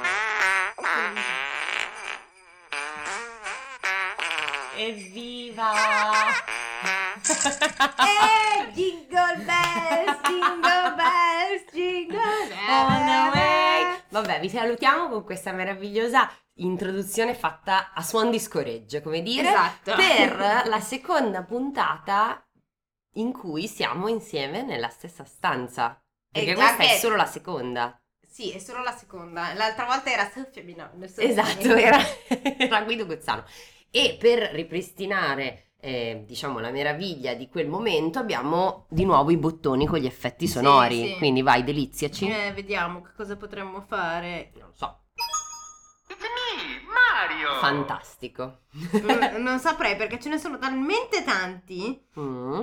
Evviva! Eh, jingle bells, jingle bells, jingle On the way! bells. Vabbè, vi salutiamo con questa meravigliosa introduzione fatta a suon di scoreggio, come dire, Esatto. per la seconda puntata in cui siamo insieme nella stessa stanza. Perché Eh, già questa è che- solo la seconda. Sì, è solo la seconda. L'altra volta era Sofia Binone. Esatto, era, era Guido Guzzano. E per ripristinare, eh, diciamo, la meraviglia di quel momento, abbiamo di nuovo i bottoni con gli effetti Sì, sonori. sì. Quindi vai, deliziaci. Eh, vediamo che cosa potremmo fare. Non so, It's me, Mario! fantastico. Mm, non saprei perché ce ne sono talmente tanti Mm,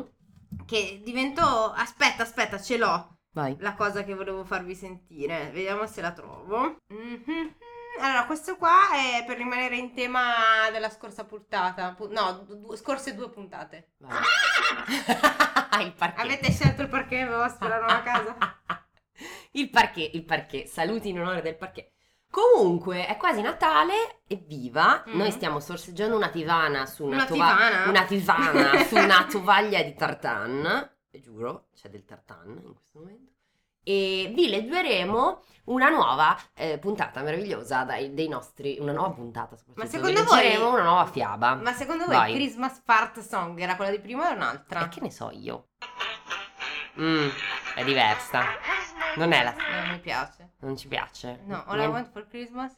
che divento... Aspetta, aspetta, ce l'ho. vai. la cosa che volevo farvi sentire. Vediamo se la trovo. Mhm. Allora, questo qua è per rimanere in tema della scorsa puntata. Pu- No, du- du- scorse due puntate. vai. Ah, il parquet. Avete scelto il perché vostro, la nuova casa? il parquet, il parquet. Saluti in onore del parquet. Comunque, è quasi Natale, evviva! Mm. Noi stiamo sorseggiando una tivana su una, Una tova- tivana? una tivana su una tovaglia di tartan. E giuro, c'è del tartan in questo momento. E vi leggeremo una nuova eh, puntata meravigliosa dai- dei nostri. Una nuova puntata, soprattutto. Vi secondo voi- Mm. leggeremo una nuova fiaba. Ma secondo voi Vai. Christmas Part Song era quella di prima o un'altra? E che ne so io? Mm, è diversa. Non è la- Non mi piace. Non ci piace. No, All I Niente. Want for Christmas?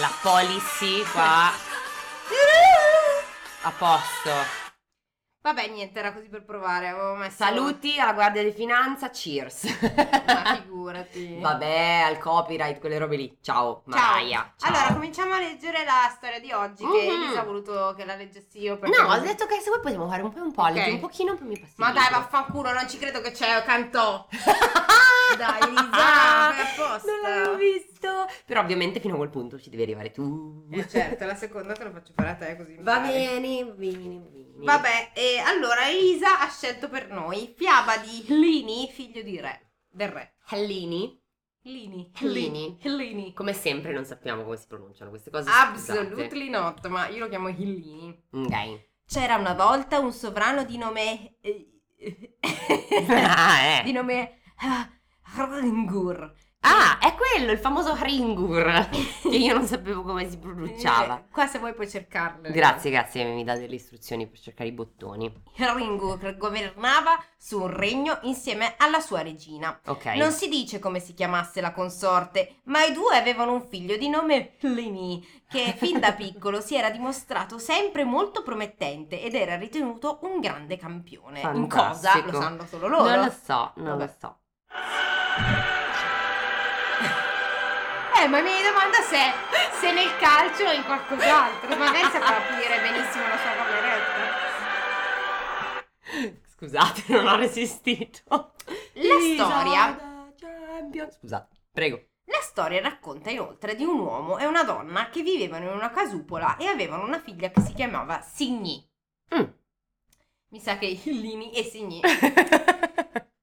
La policy qua a posto. Vabbè, niente, era così per provare. Avevo messo... Saluti alla Guardia di Finanza, cheers. Ma figurati. Vabbè, al copyright, quelle robe lì. Ciao, Mariah. Ciao. Allora, cominciamo a leggere la storia di oggi che Mhm. Elisa ha voluto che la leggessi io perché No, ho non- detto che se vuoi possiamo fare un po' un po', Ok. leggi un pochino poi mi passi. Ma il dai, libro. vaffanculo, non ci credo che c'è Cantò. Dai, Elisa, fai apposta. Ah, Non l'avevo visto. Però ovviamente fino a quel punto ci devi arrivare tu. Eh, certo, la seconda te la faccio fare a te così. Va impari. bene, bene, bene. Vabbè, e allora Elisa ha scelto per noi fiaba di Lini, figlio di re, del re. Hellini, Lini. Lini. Lini. come sempre non sappiamo come si pronunciano queste cose. Mm, scusate. Absolutely not, ma io lo chiamo Hillini. Ok. C'era una volta un sovrano di nome... eh, Ah, eh. di nome... ah, Rangur. Ah, è quello, il famoso Ringur, che io non sapevo come si pronunciava. Eh, Qua se vuoi puoi cercarlo. eh. Grazie, grazie, mi dà delle istruzioni per cercare i bottoni. Ringur governava su un regno insieme alla sua regina. Ok. Non si dice come si chiamasse la consorte, ma i due avevano un figlio di nome Pliny, che fin da piccolo si era dimostrato sempre molto promettente ed era ritenuto un grande campione. In cosa Fantastico. lo sanno solo loro. Non lo so, non Vabbè. lo so. Eh, ma mi domanda se, se nel calcio o in qualcos'altro. Magari sa capire benissimo la sua cameretta. Scusate, non ho resistito. La storia- da Champion. Scusate, prego. La storia racconta inoltre di un uomo e una donna che vivevano in una casupola e avevano una figlia che si chiamava Signy. Mm. Mi sa che Illini e Signy.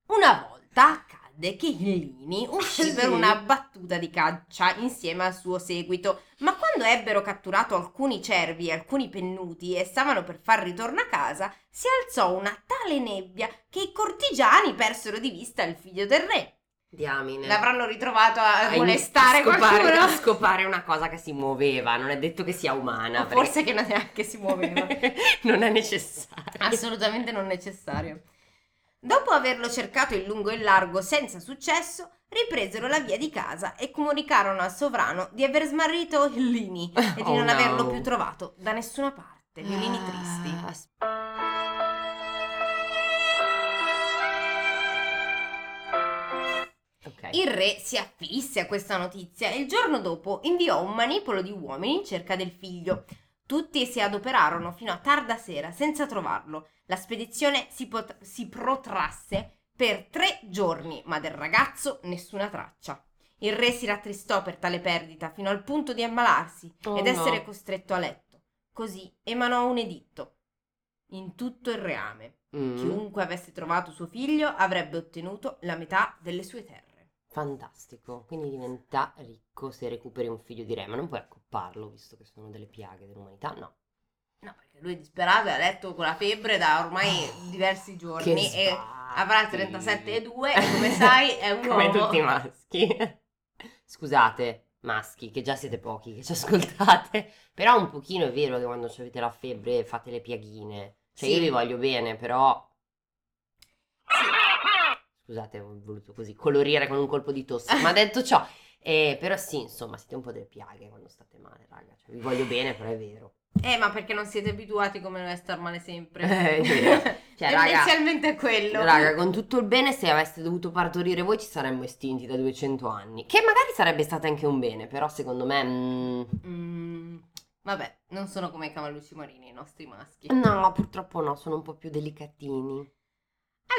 Una volta accadde che Illini uscì Sì. per una battuta di caccia insieme al suo seguito, ma quando ebbero catturato alcuni cervi e alcuni pennuti e stavano per far ritorno a casa, si alzò una tale nebbia che i cortigiani persero di vista il figlio del re. Diamine. L'avranno ritrovato a Eh. A molestare in- a scopare, qualcuno. a scopare una cosa che si muoveva, non è detto che sia umana. O forse che non neanche si muoveva. Ah, perché- non è necessario. Assolutamente non necessario. Dopo averlo cercato in lungo e in largo senza successo, ripresero la via di casa e comunicarono al sovrano di aver smarrito Lini e di Oh, non no. averlo più trovato da nessuna parte. Violini tristi. Ah, s- Ok. Il re si afflisse a questa notizia e il giorno dopo inviò un manipolo di uomini in cerca del figlio. Tutti si adoperarono fino a tarda sera senza trovarlo. La spedizione si, pot- si protrasse per tre giorni, ma del ragazzo nessuna traccia. Il re si rattristò per tale perdita fino al punto di ammalarsi Oh ed no. essere costretto a letto. Così emanò un editto in tutto il reame. Mm. Chiunque avesse trovato suo figlio avrebbe ottenuto la metà delle sue terre. Fantastico. Quindi diventa ricco se recuperi un figlio di re, ma non puoi accopparlo, visto che sono delle piaghe dell'umanità, no. No, perché lui è disperato e ha letto con la febbre da ormai diversi giorni Che e sbatti. avrà 37,2 e come sai è un Come uomo. tutti i maschi. Scusate, maschi, che già siete pochi che ci ascoltate, però un pochino è vero che quando avete la febbre fate le piaghine. Cioè Sì. io vi voglio bene, però... Scusate, ho voluto così colorire con un colpo di tosse, ma detto ciò, eh, però sì, insomma, siete un po' delle piaghe quando state male, raga. Cioè, vi voglio bene, però è vero. Eh, ma perché non siete abituati come noi a star male sempre? Eh, è vero. Cioè, raga, Tendenzialmente è quello. Raga, con tutto il bene, se aveste dovuto partorire voi ci saremmo estinti da 200 anni. Che magari sarebbe stato anche un bene, però secondo me... mm, Mm, vabbè, non sono come i Cavalucci Marini, i nostri maschi. no, purtroppo no, sono un po' più delicatini.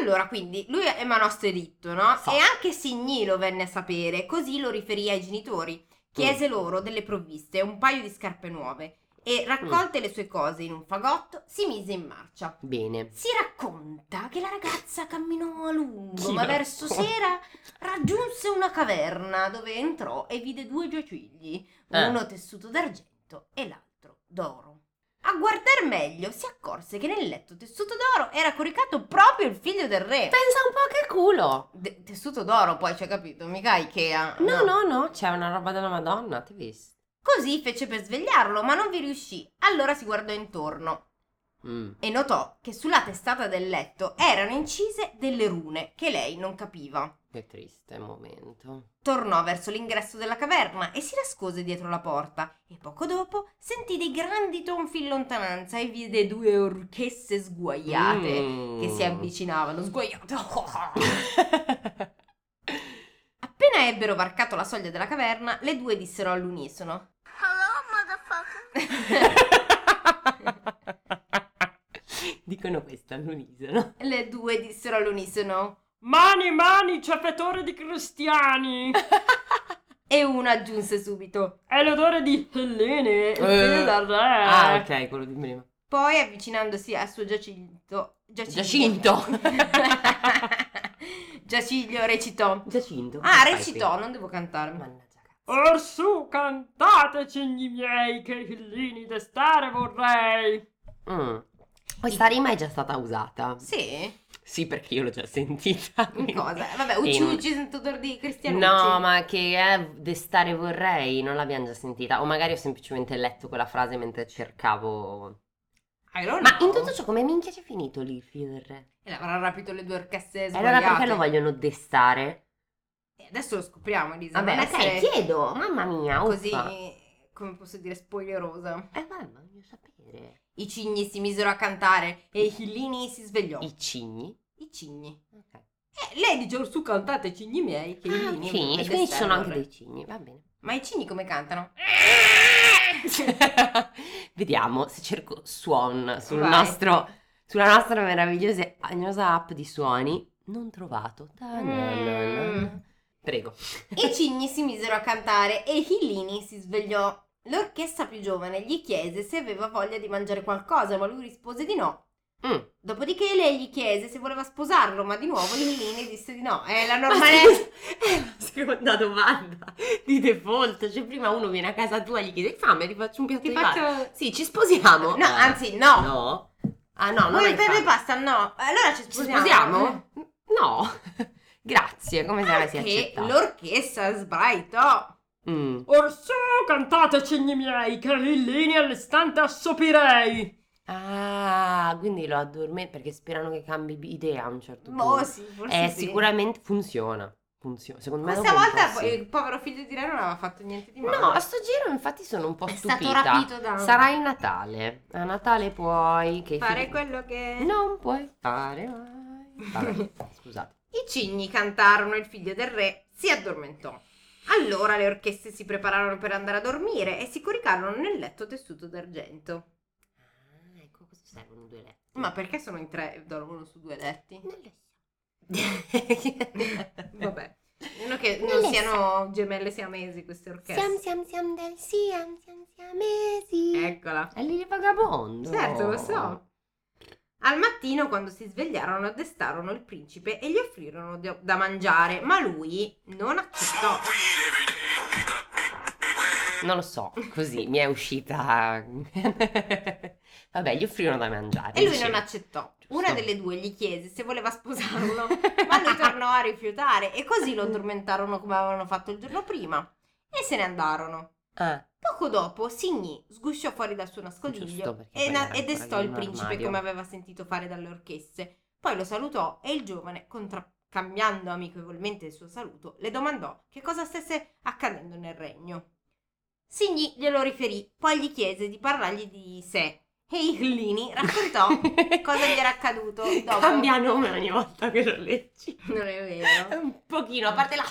Allora, quindi lui è Manosto Editto, no? Sì. E anche Signy lo venne a sapere, così lo riferì ai genitori. Chiese loro delle provviste e un paio di scarpe nuove e, raccolte le sue cose in un fagotto, si mise in marcia. Bene. Si racconta che la ragazza camminò a lungo, Chi ma lo verso racconta? sera raggiunse una caverna dove entrò e vide due giacigli, Eh. uno tessuto d'argento e l'altro d'oro. A guardar meglio si accorse che nel letto tessuto d'oro era coricato proprio il figlio del re. Pensa un po' che culo! De- tessuto d'oro poi, c'è capito, mica Ikea. No, no, no, c'è una roba della Madonna, ti vesti? Così fece per svegliarlo, ma non vi riuscì. Allora si guardò intorno Mm. e notò che sulla testata del letto erano incise delle rune che lei non capiva. Che triste momento. Tornò verso l'ingresso della caverna e si nascose dietro la porta e poco dopo sentì dei grandi tonfi in lontananza e vide due orchesse sguaiate Mm. che si avvicinavano, sguaiate. Appena ebbero varcato la soglia della caverna, le due dissero all'unisono. Dicono questo all'unisono. Le due dissero all'unisono. Mani, mani, ciappatore di cristiani! E una aggiunse subito. È l'odore di Helene, il Eh. figlio del re. Ah, ok, quello di prima. Poi avvicinandosi al suo giacinto. Giacinto. Giacinto! Giaciglio recitò. Giacinto. Ah, Che fai recitò, qui? non devo cantarmi. Mannaggia cazzo. Orsù, cantateci gli miei, che i fillini d'estare vorrei. Mm. Questa rima è già stata usata. Sì? Sì, perché io l'ho già sentita. In quindi- cosa? Vabbè, ucci In- ucci sento odore di Cristianucci. No, ma che è destare vorrei, non l'abbiamo già sentita. O magari ho semplicemente letto quella frase mentre cercavo. I don't Ma know. in tutto ciò, come minchia c'è finito lì, Fider? E l'avrà rapito le due orchestre E sbagliate. Eh, allora perché lo vogliono destare? Eh, Adesso lo scopriamo, Elisa. Vabbè, non ok, essere chiedo, mamma mia, Così, uffa. come posso dire, spoilerosa. Eh, vabbè, ma voglio sapere. I cigni si misero a cantare e i Chillini si svegliò. I, I cigni? cigni. Ok. Eh, lei dice, "Orsù, cantate i cigni miei, che i Ah, Chillini... cigni, e e quindi ci sono anche Desserre". dei cigni, va bene. Ma i cigni come cantano? Vediamo se cerco Suon sul Vai. nostro- sulla nostra meravigliosa agnosa app di suoni. Non trovato. Ta- na- na- na- Mm. na. Prego. I cigni si misero a cantare e Hillini si svegliò. L'orchestra più giovane gli chiese se aveva voglia di mangiare qualcosa, ma lui rispose di no. Mm. Dopodiché lei gli chiese se voleva sposarlo, ma di nuovo Hillini disse di no. È la Ma normale. scusa, è la seconda domanda di default. Cioè, prima uno viene a casa tua, gli chiede "Hai fame, ti faccio un piatto Ti di faccio. pasta. Sì, ci sposiamo. No, Ah, anzi, no. No. Ah, no, non Vuoi hai il pepe fame. e pasta? No. Allora ci Ci sposiamo. sposiamo? No. Grazie, come se l'avessi Che accettato. l'orchestra sbraitò. Mm. Orsù, cantateci gli miei, che i fillini all'istante assopirei. Ah, quindi lo addormento perché sperano che cambi idea a un certo punto. Boh, sì, forse Eh, sì. sicuramente funziona. Funziona. Secondo me Questa dopo un volta po' poi sì. il povero figlio di Re non aveva fatto niente di male. No, a sto giro infatti sono un po' è stupita. stato rapito da. Sarà il Natale. A Natale puoi che i fare figli- quello che. Non puoi fare mai. Vabbè, scusate. I cigni cantarono il figlio del re si addormentò. Allora le orchestre si prepararono per andare a dormire e si coricarono nel letto tessuto d'argento. Ah, ecco, cosa servono due letti? Ma perché sono in tre? Dormono su due letti? Non lo so. Vabbè. Meno che Non non le siano gemelle siamesi queste orchestre. Siam siam siam del siam siam siamesi. Eccola. È lì il vagabondo. Certo, lo Ecco. so. Al mattino, quando si svegliarono, addestarono il principe e gli offrirono de- da mangiare, ma lui non accettò. Non lo so, così mi è uscita. Vabbè, gli offrirono da mangiare. E lui dicevo. non accettò. Giusto. Una delle due gli chiese se voleva sposarlo, ma lui tornò a rifiutare e così lo tormentarono come avevano fatto il giorno prima e se ne andarono. Ah, Poco dopo, Signy sgusciò fuori dal suo Giusto, nascondiglio perché e, poi na- era e ancora destò lì il in principe armadio. come aveva sentito fare dalle orchesse. Poi lo salutò e il giovane, contra- cambiando amichevolmente il suo saluto, le domandò che cosa stesse accadendo nel regno. Signy glielo riferì, poi gli chiese di parlargli di sé e Iglini raccontò cosa gli era accaduto dopo. Cambia nome ogni volta che lo leggi. Non è vero. Un pochino, a parte la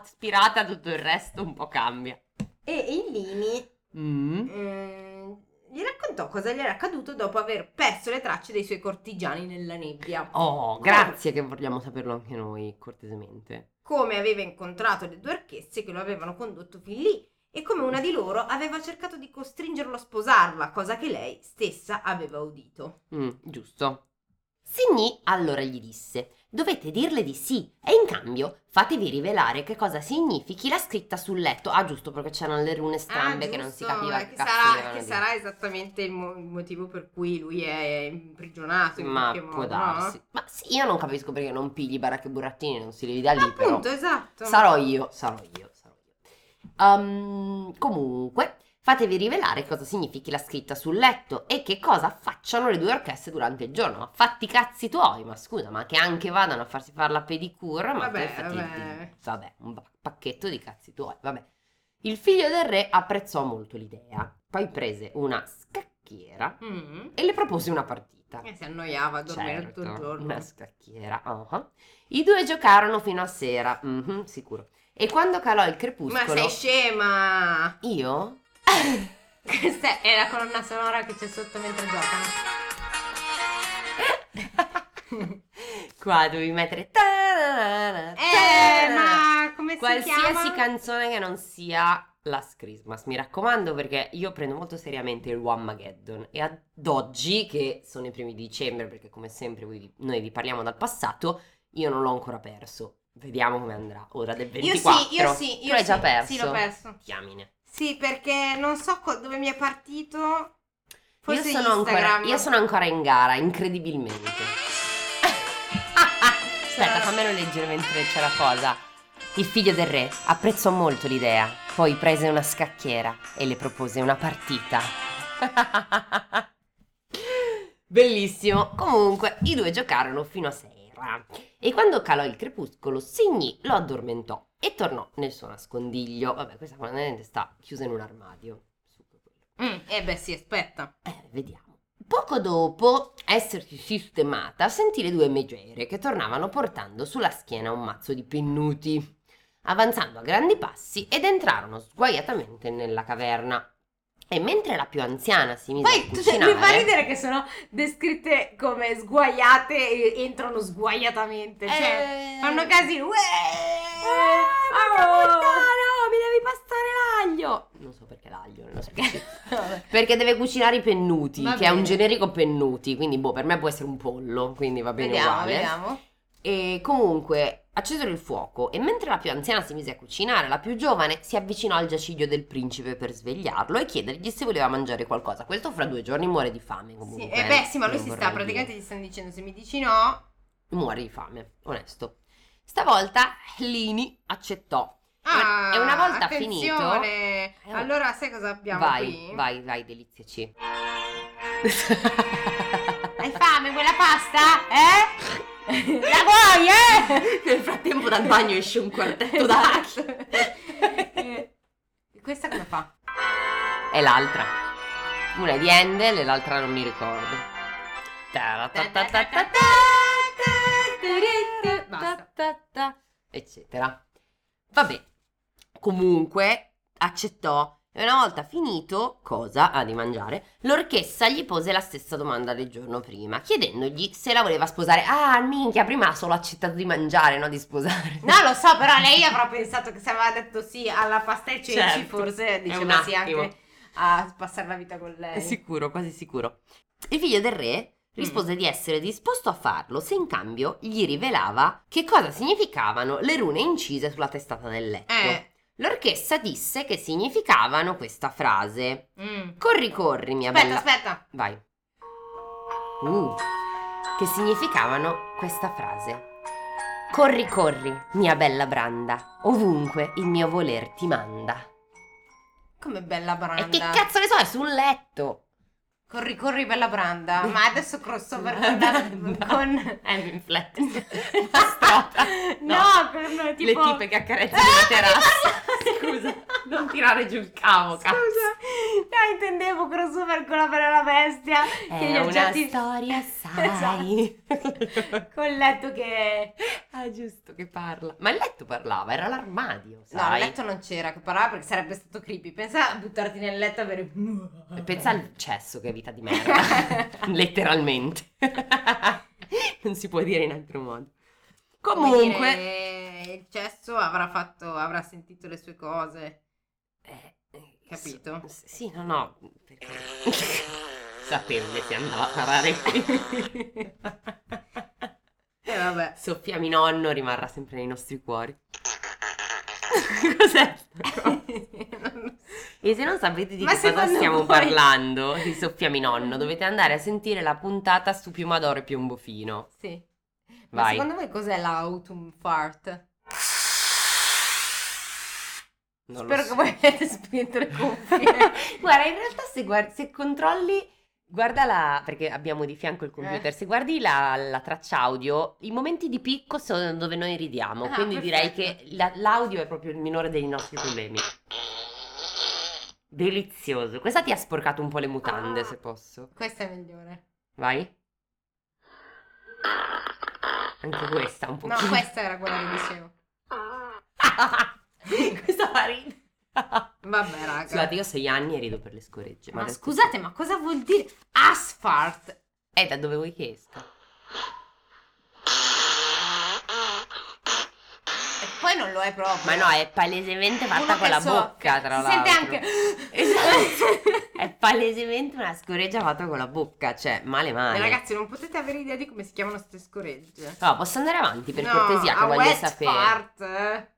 aspirata, tutto il resto un po' cambia. E Illini Mm. Mm, gli raccontò cosa gli era accaduto dopo aver perso le tracce dei suoi cortigiani nella nebbia, Oh, grazie che vogliamo saperlo anche noi, cortesemente. come aveva incontrato le due orchesse che lo avevano condotto fin lì e come una di loro aveva cercato di costringerlo a sposarla, cosa che lei stessa aveva udito. Mm, giusto. Signy allora gli disse: Dovete dirle di sì, e in cambio fatevi rivelare che cosa significhi la scritta sul letto. Ah, giusto, perché c'erano le rune strambe che non si giusto, capiva eh, che che cazzo sarà, volevano che dire. sarà esattamente il, mo- il motivo per cui lui è imprigionato in Ma qualche può modo, no? darsi. Ma sì, io non capisco perché non pigli baracche e burattini, non si levi da lì, però. Appunto, esatto. Sarò io, sarò io, sarò io. Ehm, comunque, fatevi rivelare cosa significhi la scritta sul letto e che cosa facciano le due orchestre durante il giorno. Ma fatti i cazzi tuoi, ma scusa, ma che anche vadano a farsi fare la pedicure, ma Vabbè, te fatti- vabbè. vabbè, un ba- pacchetto di cazzi tuoi, vabbè. Il figlio del re apprezzò molto l'idea, poi prese una scacchiera Mm. e le propose una partita. E si annoiava a dormire Certo, tutto il giorno. Una scacchiera. ah. I due giocarono fino a sera, mhm, sicuro. E quando calò il Ma crepuscolo, sei scema! io? Questa è la colonna sonora che c'è sotto mentre giocano. Qua devi mettere. ta-ra-ra-ra, Eh, ta-ra-ra. ma come si Cioè, Qualsiasi chiama? canzone che non sia Last Christmas, mi raccomando, perché io prendo molto seriamente il Whamageddon e ad oggi, che sono i primi di dicembre, perché come sempre voi- noi vi parliamo dal passato, io non l'ho ancora perso. Vediamo come andrà. Ora del io 24. sì, io sì, Tu io l'hai sì, già perso. Sì, l'ho perso. Diamine. Sì, perché non so co- dove mi è partito. Io Forse sono, ancora, Instagram. io sono ancora in gara, incredibilmente. Aspetta, fammelo leggere mentre c'è la cosa. Il figlio del re apprezzò molto l'idea, poi prese una scacchiera e le propose una partita. Bellissimo. Comunque, i due giocarono fino a sera. E quando calò il crepuscolo, Signy lo addormentò e tornò nel suo nascondiglio. Vabbè, questa probabilmente sta chiusa in un armadio. Super quello. Mm, eh beh, sì, aspetta. Eh, vediamo. Poco dopo essersi sistemata, sentì le due megere che tornavano portando sulla schiena un mazzo di pennuti, avanzando a grandi passi ed entrarono sguaiatamente nella caverna. E mentre la più anziana si mise a Poi tu- cioè, cucinare, mi fa ridere che sono descritte come sguaiate e entrano sguaiatamente. Cioè, eh, fanno casino. Uè! Ah, Ah, mamma puttana, mi devi passare l'aglio! Non so perché l'aglio, non lo so Vabbè. Perché deve cucinare i pennuti, Va che è un bene. generico pennuti, quindi boh, per me può essere un pollo, quindi va bene Vediamo, uguale. vediamo. E comunque accesero il fuoco e mentre la più anziana si mise a cucinare, la più giovane si avvicinò al giaciglio del principe per svegliarlo e chiedergli se voleva mangiare qualcosa. Questo fra due giorni muore di fame comunque. Sì, eh beh, sì, ma lui non si vorrei sta dire. praticamente gli stanno dicendo se mi dici no. Muore di fame, onesto. Stavolta Lini accettò. Ah, e una volta attenzione. finito- Allora, sai cosa abbiamo vai, qui? vai, vai, deliziaci. Hai fame quella pasta? Eh? La vuoi, eh? Nel frattempo dal bagno esce un quartetto Esatto. d'archi. Eh, Questa come fa? E l'altra. Una è di Handel e l'altra non mi ricordo. Ta-ra-ta-ta-ta-ta-ta. Basta. Ta-ta-ta, eccetera. Vabbè, comunque accettò e una volta finito, cosa ha di mangiare, l'orchessa gli pose la stessa domanda del giorno prima, chiedendogli se la voleva sposare. Ah, minchia, prima ha solo accettato di mangiare, no di sposare. No, lo so, però lei avrà pensato che se aveva detto sì alla pasta e ceci, Certo. forse È un diceva sì attimo. anche a passare la vita con È lei. sicuro, quasi sicuro. Il figlio del re Mm. rispose di essere disposto a farlo se in cambio gli rivelava che cosa significavano le rune incise sulla testata del letto. Eh. L'orchessa disse che significavano questa frase. mm. Corri, corri, mia Aspetta, bella. aspetta. Vai. Uh, che significavano questa frase. Corri, corri, mia bella Branda, ovunque il mio voler ti manda. Come bella branda. E che cazzo ne so, è sul letto. Corri, corri, bella branda. Ma adesso crossover con... Branda. la- con... È l'inflette. Bastarda. No, con tipo... Le tipe che accarezzano Ah, le terrazze. mi parla- Scusa, non tirare giù il cavo, Scusa, Oh, cazzo. no, intendevo crossover con la bella bestia. che gli È una oggetti- Esatto. storia, sai. Con il letto che... ah, giusto che parla. Ma il letto parlava, era l'armadio, No, sai. il letto non c'era che parlava perché sarebbe stato creepy. Pensa a buttarti nel letto e avere... Pensa al cesso che vita di merda, letteralmente. non si può dire in altro modo. Come Comunque, dire, il cesso avrà fatto, avrà sentito le sue cose. Eh, eh, Capito? s- sì, no, no, perché sapevo che si andava a parare qui. E vabbè. Soffia mi nonno rimarrà sempre nei nostri cuori. Cos'è? sta cosa? E se non sapete di Ma che cosa secondo stiamo voi- parlando, di Soffia mi nonno, dovete andare a sentire la puntata su Piumadoro e Piombofino. sì. Ma Vai. secondo voi cos'è l'autumn fart? Non lo Spero so. che voi abbiate spento le cuffie. Guarda, in realtà se, guard- se controlli, guarda la, perché abbiamo di fianco il computer, Eh. se guardi la, la traccia audio, i momenti di picco sono dove noi ridiamo, Ah, quindi direi perfetto. che la- l'audio è proprio il minore dei nostri problemi. Delizioso. Questa ti ha sporcato un po' le mutande, se posso. Questa è migliore. Vai. Anche questa un po'. No, questa era quella che dicevo. questa fa ridere. Vabbè, raga. Scusate, io ho sei anni e rido per le scoregge. ma adesso- scusate, ma cosa vuol dire asfart? Eh, da dove vuoi che esca? E poi non lo è proprio. Ma no, è palesemente fatta Una con la persona- bocca, tra si l'altro. sente anche. Esatto. è palesemente una scoreggia fatta con la bocca, cioè, male Eh, male. ragazzi, non potete avere idea di come si chiamano queste scoregge. No, posso andare avanti per No, cortesia che a voglio wet sapere. fart, eh.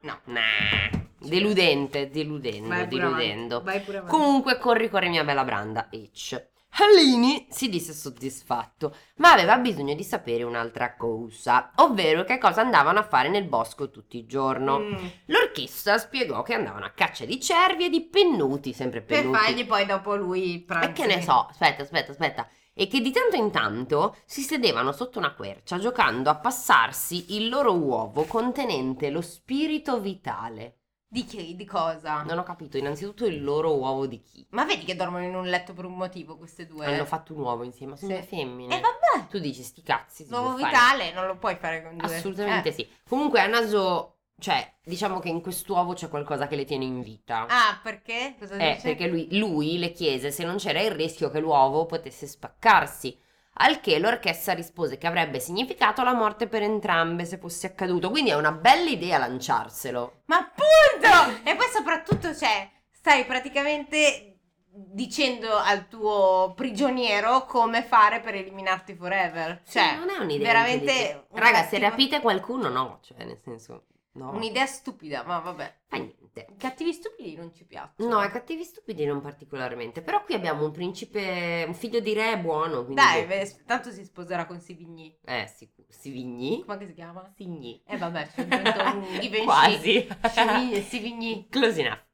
No. Nah. Deludente, deludendo, Vai pure avanti, deludendo. Vai pure avanti. Comunque corri corri mia bella Branda, H. Hallini si disse soddisfatto, ma aveva bisogno di sapere un'altra cosa, ovvero che cosa andavano a fare nel bosco tutti i giorni. Mm. L'orchestra spiegò che andavano a caccia di cervi e di pennuti, sempre Per pennuti. fargli poi dopo lui il pranzo. E che ne so, aspetta, aspetta, aspetta. E che di tanto in tanto si sedevano sotto una quercia giocando a passarsi il loro uovo contenente lo spirito vitale. Di che? Di cosa? Non ho capito, innanzitutto il loro uovo di chi? Ma vedi che dormono in un letto per un motivo queste due. Hanno fatto un uovo insieme, ma sono Sì. due femmine. E vabbè. Tu dici sti cazzi. si L'uovo può fare. vitale non lo puoi fare con due. Assolutamente Eh. sì. Comunque a naso, cioè, diciamo che in quest'uovo c'è qualcosa che le tiene in vita. Ah, perché? Cosa Eh, dice? perché lui, lui le chiese se non c'era il rischio che l'uovo potesse spaccarsi, al che l'orchestra rispose che avrebbe significato la morte per entrambe se fosse accaduto. Quindi è una bella idea lanciarselo. Ma appunto! e poi soprattutto, cioè, stai praticamente dicendo al tuo prigioniero come fare per eliminarti forever. Cioè, non è un'idea. veramente intelligente. un Raga, se cattivo- rapite qualcuno, no, cioè, nel senso, no. un'idea stupida, ma vabbè. ecco, Fa niente. Cattivi stupidi non ci piacciono. No, ai cattivi stupidi non particolarmente. Però qui abbiamo un principe, un figlio di re buono. Quindi Dai, ve- tanto si sposerà con Sivigny. Eh, sicuro. Sivigni. Come si chiama? Signi. Eh vabbè, c'è un Givenchy. Quasi. Sivigny, Sivigny. Close enough.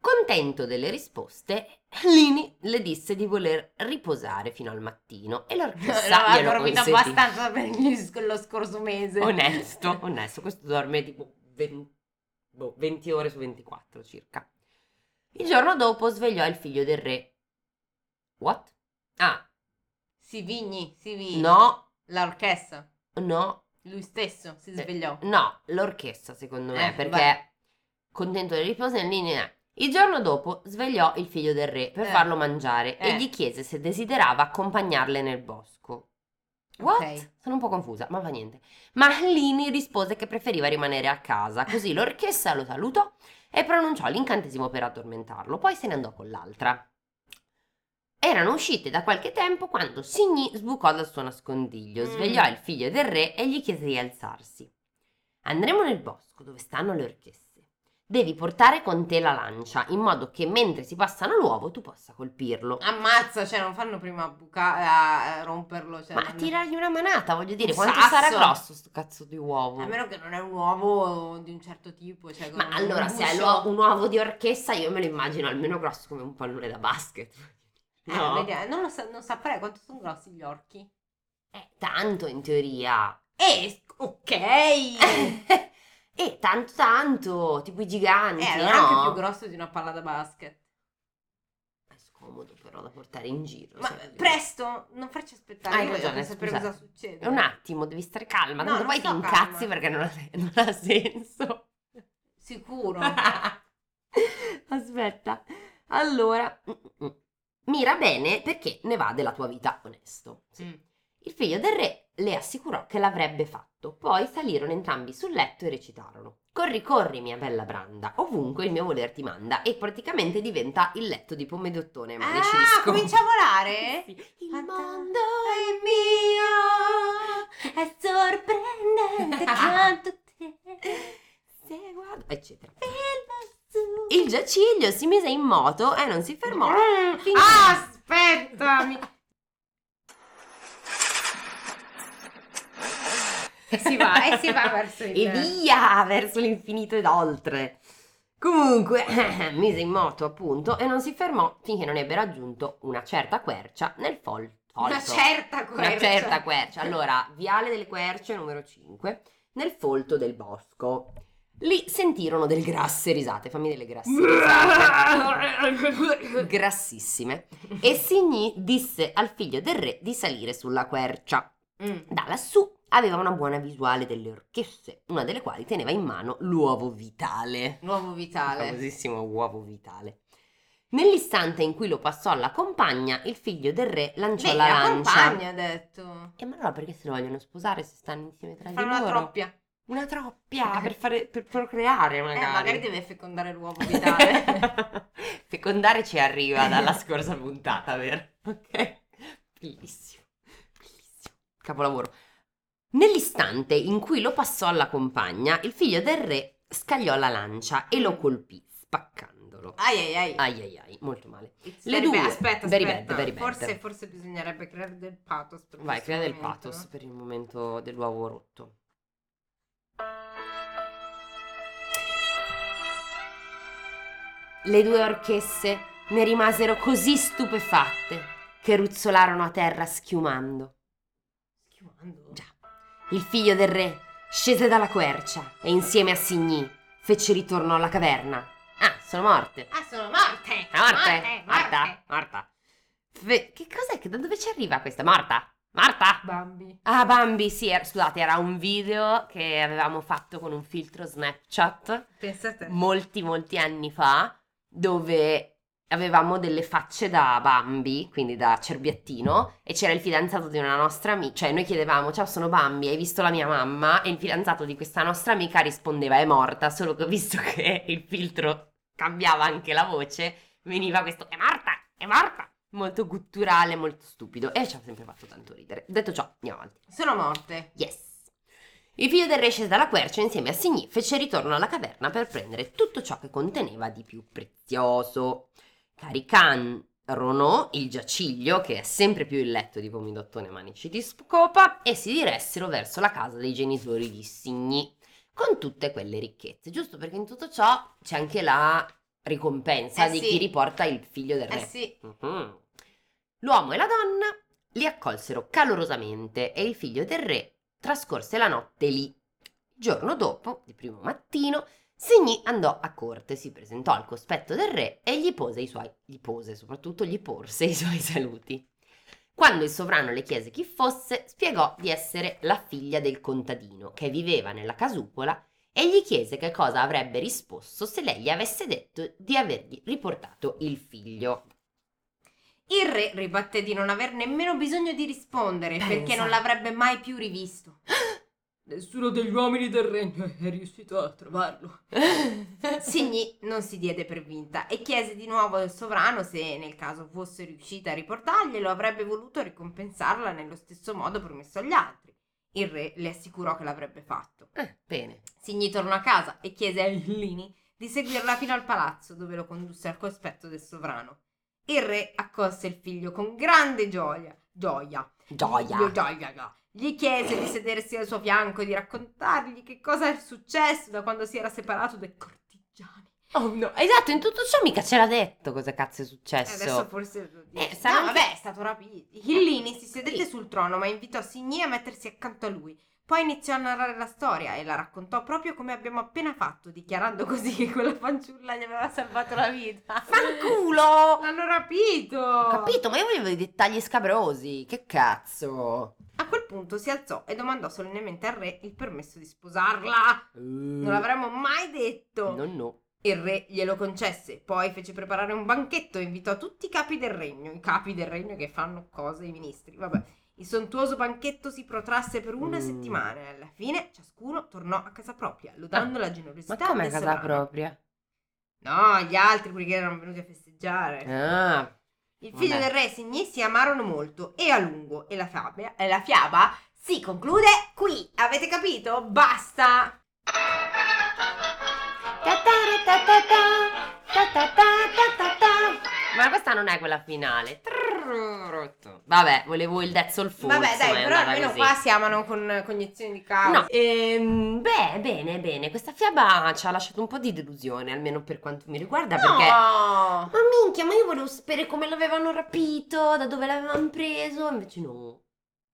Contento delle risposte, Lini le disse di voler riposare fino al mattino e l'orchestra L'aveva glielo dormito consentì. abbastanza per gli sc- lo scorso mese. Onesto, onesto, questo dorme tipo 20, boh, 20 ore su 24 circa. Il giorno dopo svegliò il figlio del re. What? Ah, Sivigny, Sivigny. no, L'orchestra. no, Lui stesso si svegliò. no, l'orchestra secondo me, Eh, perché vai. contento delle risposte, Lini... eh. Il giorno dopo svegliò il figlio del re per Eh. farlo mangiare e Eh. gli chiese se desiderava accompagnarle nel bosco. What? Ok. Sono un po' confusa, ma fa niente. Ma Lini rispose che preferiva rimanere a casa, così l'orchestra lo salutò e pronunciò l'incantesimo per addormentarlo, poi se ne andò con l'altra. Erano uscite da qualche tempo quando Signy sbucò dal suo nascondiglio, Mm. svegliò il figlio del re e gli chiese di alzarsi. Andremo nel bosco dove stanno le orchesse. Devi portare con te la lancia, in modo che mentre si passano l'uovo tu possa colpirlo. Ammazza, cioè non fanno prima a, buca- a a romperlo. Cioè, Ma non- tiragli una manata, voglio dire, Un quanto sasso. sarà grosso sto cazzo di uovo? A meno che non è un uovo di un certo tipo. Cioè, con Ma un allora, se è guscio- l'uo- un uovo di orchessa, io me lo immagino almeno grosso come un pallone da basket. Eh, No. vediamo. non, lo sa- non saprei quanto sono grossi gli orchi. Eh, tanto in teoria. Eh, ok. eh, e tanto tanto, tipo i giganti, allora Eh, è no? anche più grosso di una palla da basket. È scomodo però da portare in giro. cioè, Ma sai, voglio dire. presto, non farci aspettare. Hai io voglio ragione, sapere scusate. cosa succede. Un attimo, devi stare calma, No, tanto non poi ti sto incazzi calma. perché non ha, non ha senso. Sicuro. Aspetta. Allora, mm, mm. mira bene perché ne va della tua vita, onesto. Mm. Il figlio del re le assicurò che l'avrebbe fatto. Poi salirono entrambi sul letto e recitarono. Corri, corri, mia bella branda, ovunque il mio voler ti manda. E praticamente diventa il letto di Pomedottone. Ma ne esci di ah, scopo. comincia a volare? Sì. Il Fanta- mondo è mio, è sorprendente quanto te. se guardo, eccetera. Il Il giaciglio si mise in moto e non si fermò. finché- Mm. Aspettami. si va, e si va verso il e via verso l'infinito ed oltre. Comunque, mise in moto appunto e non si fermò finché non ebbe raggiunto una certa quercia nel fol- folto. Una certa quercia. Una certa quercia. Allora, Viale delle Querce numero 5, nel folto del bosco. Lì sentirono delle grasse risate, fammi delle grasse risate. grassissime. E Signy disse al figlio del re di salire sulla quercia. Mm. Da lassù aveva una buona visuale delle orchesse, una delle quali teneva in mano l'uovo vitale. L'uovo Il vitale. famosissimo uovo vitale. Nell'istante in cui lo passò alla compagna, il figlio del re lanciò Beh, la la lancia. compagna ha detto. E ma allora perché se lo vogliono sposare se stanno insieme tra Fanno di loro? una troppia. Una troppia Cioè, per, fare, per procreare Eh, magari. magari deve fecondare l'uovo vitale. Fecondare ci arriva dalla scorsa puntata, vero? Ok. Bellissimo. Bellissimo. Capolavoro. Nell'istante in cui lo passò alla compagna, il figlio del re scagliò la lancia e lo colpì, spaccandolo. ai ai ai. Ai ai ai, molto male. It's Le very due. bad. Aspetta, Very aspetta. bad, very bad. Forse, forse bisognerebbe creare del pathos. per Vai, questo crea del momento, eh? pathos no? per il momento dell'uovo rotto. Le due orchesse ne rimasero così stupefatte che ruzzolarono a terra schiumando. Schiumando. Già. Il figlio del re scese dalla quercia e insieme a Signy fece ritorno alla caverna. Ah, sono morte. Ah, sono morte. Morte? Morte. Morta? morte. Morta. Fe- Che cos'è? che- Da dove ci arriva questa? Morta? Morta? Bambi. Ah, Bambi, sì, era- scusate, era un video che avevamo fatto con un filtro Snapchat Pensate. molti, molti anni fa, dove avevamo delle facce da Bambi, quindi da cerbiattino, e c'era il fidanzato di una nostra amica, cioè noi chiedevamo, ciao, sono Bambi, hai visto la mia mamma? E il fidanzato di questa nostra amica rispondeva, è morta, solo che ho visto che il filtro cambiava anche la voce, veniva questo, è morta, è morta! Molto gutturale, molto stupido, e ci ha sempre fatto tanto ridere. Detto ciò, andiamo avanti. Sono morte. Yes. Il figlio del re scese dalla quercia e insieme a Signy fece ritorno alla caverna per prendere tutto ciò che conteneva di più prezioso. Caricarono il giaciglio, che è sempre più il letto di Pomidottone Manici di Scopa, e si diressero verso la casa dei genitori di Signy, con tutte quelle ricchezze. Giusto perché in tutto ciò c'è anche la ricompensa Eh di sì. chi riporta il figlio del re. Eh sì. Mhm. L'uomo e la donna li accolsero calorosamente e il figlio del re trascorse la notte lì. Il giorno dopo, di primo mattino, Signy andò a corte, si presentò al cospetto del re e gli pose i suoi, gli pose soprattutto, gli porse i suoi saluti. Quando il sovrano le chiese chi fosse, spiegò di essere la figlia del contadino che viveva nella casupola e gli chiese che cosa avrebbe risposto se lei gli avesse detto di avergli riportato il figlio. Il re ribatté di non aver nemmeno bisogno di rispondere Pensa. perché non l'avrebbe mai più rivisto. Nessuno degli uomini del regno è riuscito a trovarlo. Signy non si diede per vinta e chiese di nuovo al sovrano se nel caso fosse riuscita a riportarglielo avrebbe voluto ricompensarla nello stesso modo promesso agli altri. Il re le assicurò che l'avrebbe fatto. Eh, bene. Signy tornò a casa e chiese a Lini di seguirla fino al palazzo dove lo condusse al cospetto del sovrano. Il re accolse il figlio con grande gioia, gioia Gli- Gioia. gioia, gioia. Gli chiese di sedersi al suo fianco e di raccontargli che cosa era successo da quando si era separato dai cortigiani. Oh no, esatto, in tutto ciò mica ce l'ha detto cosa cazzo è E successo. Eh, adesso forse lo dice. Eh, sarà no, anche- vabbè, è stato rapito. Hillini si sedette Sì. sul trono, ma invitò Signy a mettersi accanto a lui. Poi iniziò a narrare la storia e la raccontò proprio come abbiamo appena fatto, dichiarando così che quella fanciulla gli aveva salvato la vita. Fanculo! L'hanno rapito! Ho capito, ma io volevo i dettagli scabrosi. Che cazzo? A quel punto si alzò e domandò solennemente al re il permesso di sposarla. Non Non l'avremmo mai detto! Mm. No, no. Il re glielo concesse, poi fece preparare un banchetto e invitò tutti i capi del regno, i capi del regno che fanno cose i ministri, vabbè. Il sontuoso banchetto si protrasse per una Mm. settimana e alla fine ciascuno tornò a casa propria, lodando la Ah, Ma generosità come del casa sovrano. propria? No, gli altri, quelli che erano venuti a festeggiare. Ah, Il figlio Vabbè. del re e Signy si amarono molto e a lungo e la, fabia- e la fiaba si conclude qui. Avete capito? Basta! ma questa non è quella finale. Vabbè, volevo il Dead Soul Force. Vabbè, ma è dai, però andata almeno così. qua si amano con cognizioni di causa. No, ehm, beh, bene, bene. Questa fiaba ci ha lasciato un po' di delusione, almeno per quanto mi riguarda, perché No! Ma minchia, ma io volevo sapere come l'avevano rapito, da dove l'avevano preso, invece no.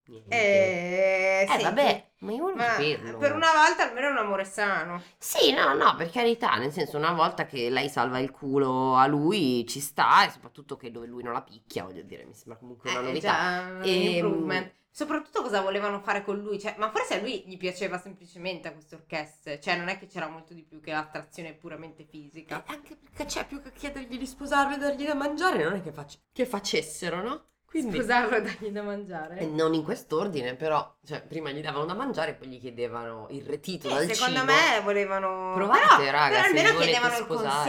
Niente. Eh, Eh, senti, vabbè, ma io volevo ma saperlo. per una volta almeno è un amore sano. Sì, no, no, per carità, nel senso, una volta che lei salva il culo a lui, ci sta, e soprattutto che dove lui non la picchia, voglio dire, mi sembra comunque una Eh, novità. già, un Ehm, improvement. Soprattutto cosa volevano fare con lui, cioè, ma forse a lui gli piaceva semplicemente a questo orchestra, cioè non è che c'era molto di più che l'attrazione puramente fisica. Eh, Anche perché c'è più che chiedergli di sposarlo e dargli da mangiare, non è che, fac- che facessero, no? Quindi... Scusarlo e dargli da Eh, mangiare. Non in quest'ordine, però, cioè, prima gli davano da mangiare e poi gli chiedevano il retito dal secondo cibo. me volevano... Provate, però, raga, però se vi almeno volete chiedevano il sposare.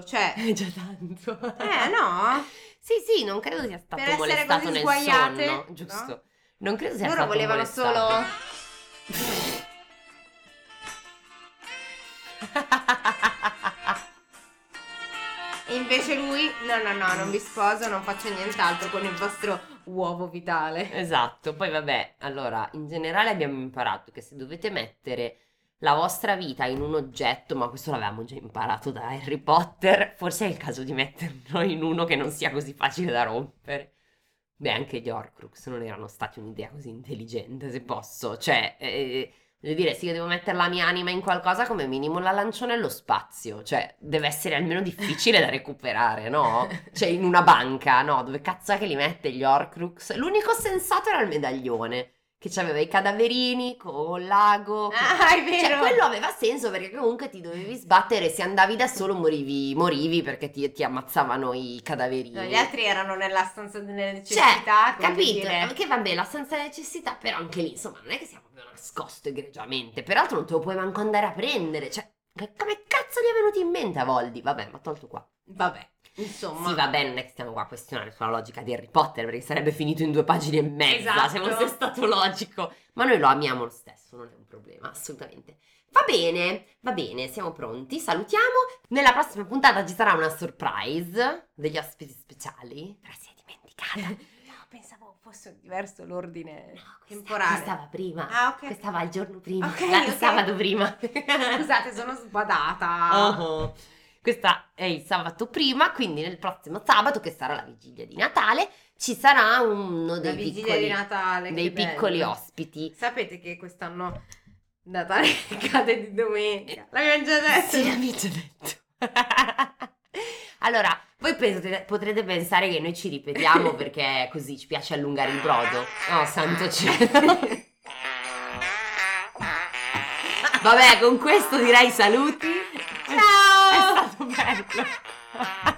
cioè... È già tanto. Eh, no? Sì, sì, non credo sia stato Per essere molestato così nel sguaiate, sonno, no? giusto. Non credo sia Loro stato volevano molestato. solo... E invece lui, no, no, no, non vi sposo, non faccio nient'altro con il vostro uovo vitale. Esatto, poi vabbè, allora, in generale abbiamo imparato che se dovete mettere la vostra vita in un oggetto, ma questo l'avevamo già imparato da Harry Potter, forse è il caso di metterlo in uno che non sia così facile da rompere. Beh, anche gli Horcrux non erano stati un'idea così intelligente, se posso. Cioè, eh, voglio dire, se io devo mettere la mia anima in qualcosa, come minimo la lancio nello spazio. Cioè, deve essere almeno difficile da recuperare, no? Cioè, in una banca, no? Dove cazzo è che li mette gli Horcrux? L'unico sensato era il medaglione, che aveva i cadaverini con il lago. con- Ah, è vero. Cioè, quello aveva senso perché comunque ti dovevi sbattere, se andavi da solo morivi, morivi perché ti, ti ammazzavano i cadaverini. No, gli altri erano nella stanza delle Cioè, necessità, come capito? dire. Che vabbè, la senza necessità, però anche lì, insomma, non è che sia proprio nascosto egregiamente. Peraltro non te lo puoi manco andare a prendere. Cioè, che- come cazzo gli è venuto in mente a Voldi? Vabbè, ma tolto qua. Vabbè, insomma. Sì, va bene, non è che stiamo qua a questionare sulla logica di Harry Potter, perché sarebbe finito in due pagine e mezza se Esatto. fosse stato logico. Ma noi lo amiamo lo stesso, non è un problema, assolutamente. Va bene, va bene, siamo pronti, salutiamo. Nella prossima puntata ci sarà una surprise degli ospiti speciali. Però si è dimenticata. No, pensavo fosse diverso l'ordine No, Ah, questa- temporale. Questa va prima. Ah, ok. Questa va il giorno prima. Ok, la- il ok. Esatto. sabato prima. Scusate, sono sbadata. Oh, oh. Questa è il sabato prima, quindi nel prossimo sabato, che sarà la vigilia di Natale, ci sarà uno La dei vigilia piccoli, di Natale. dei che bello. piccoli ospiti. Sapete che quest'anno Natale cade di domenica. L'abbiamo già detto. Sì, l'abbiamo già detto. allora, voi pensate- potrete pensare che noi ci ripetiamo perché così ci piace allungare il brodo. Oh, santo cielo. Vabbè, con questo direi saluti. Ciao! È stato bello. Eh!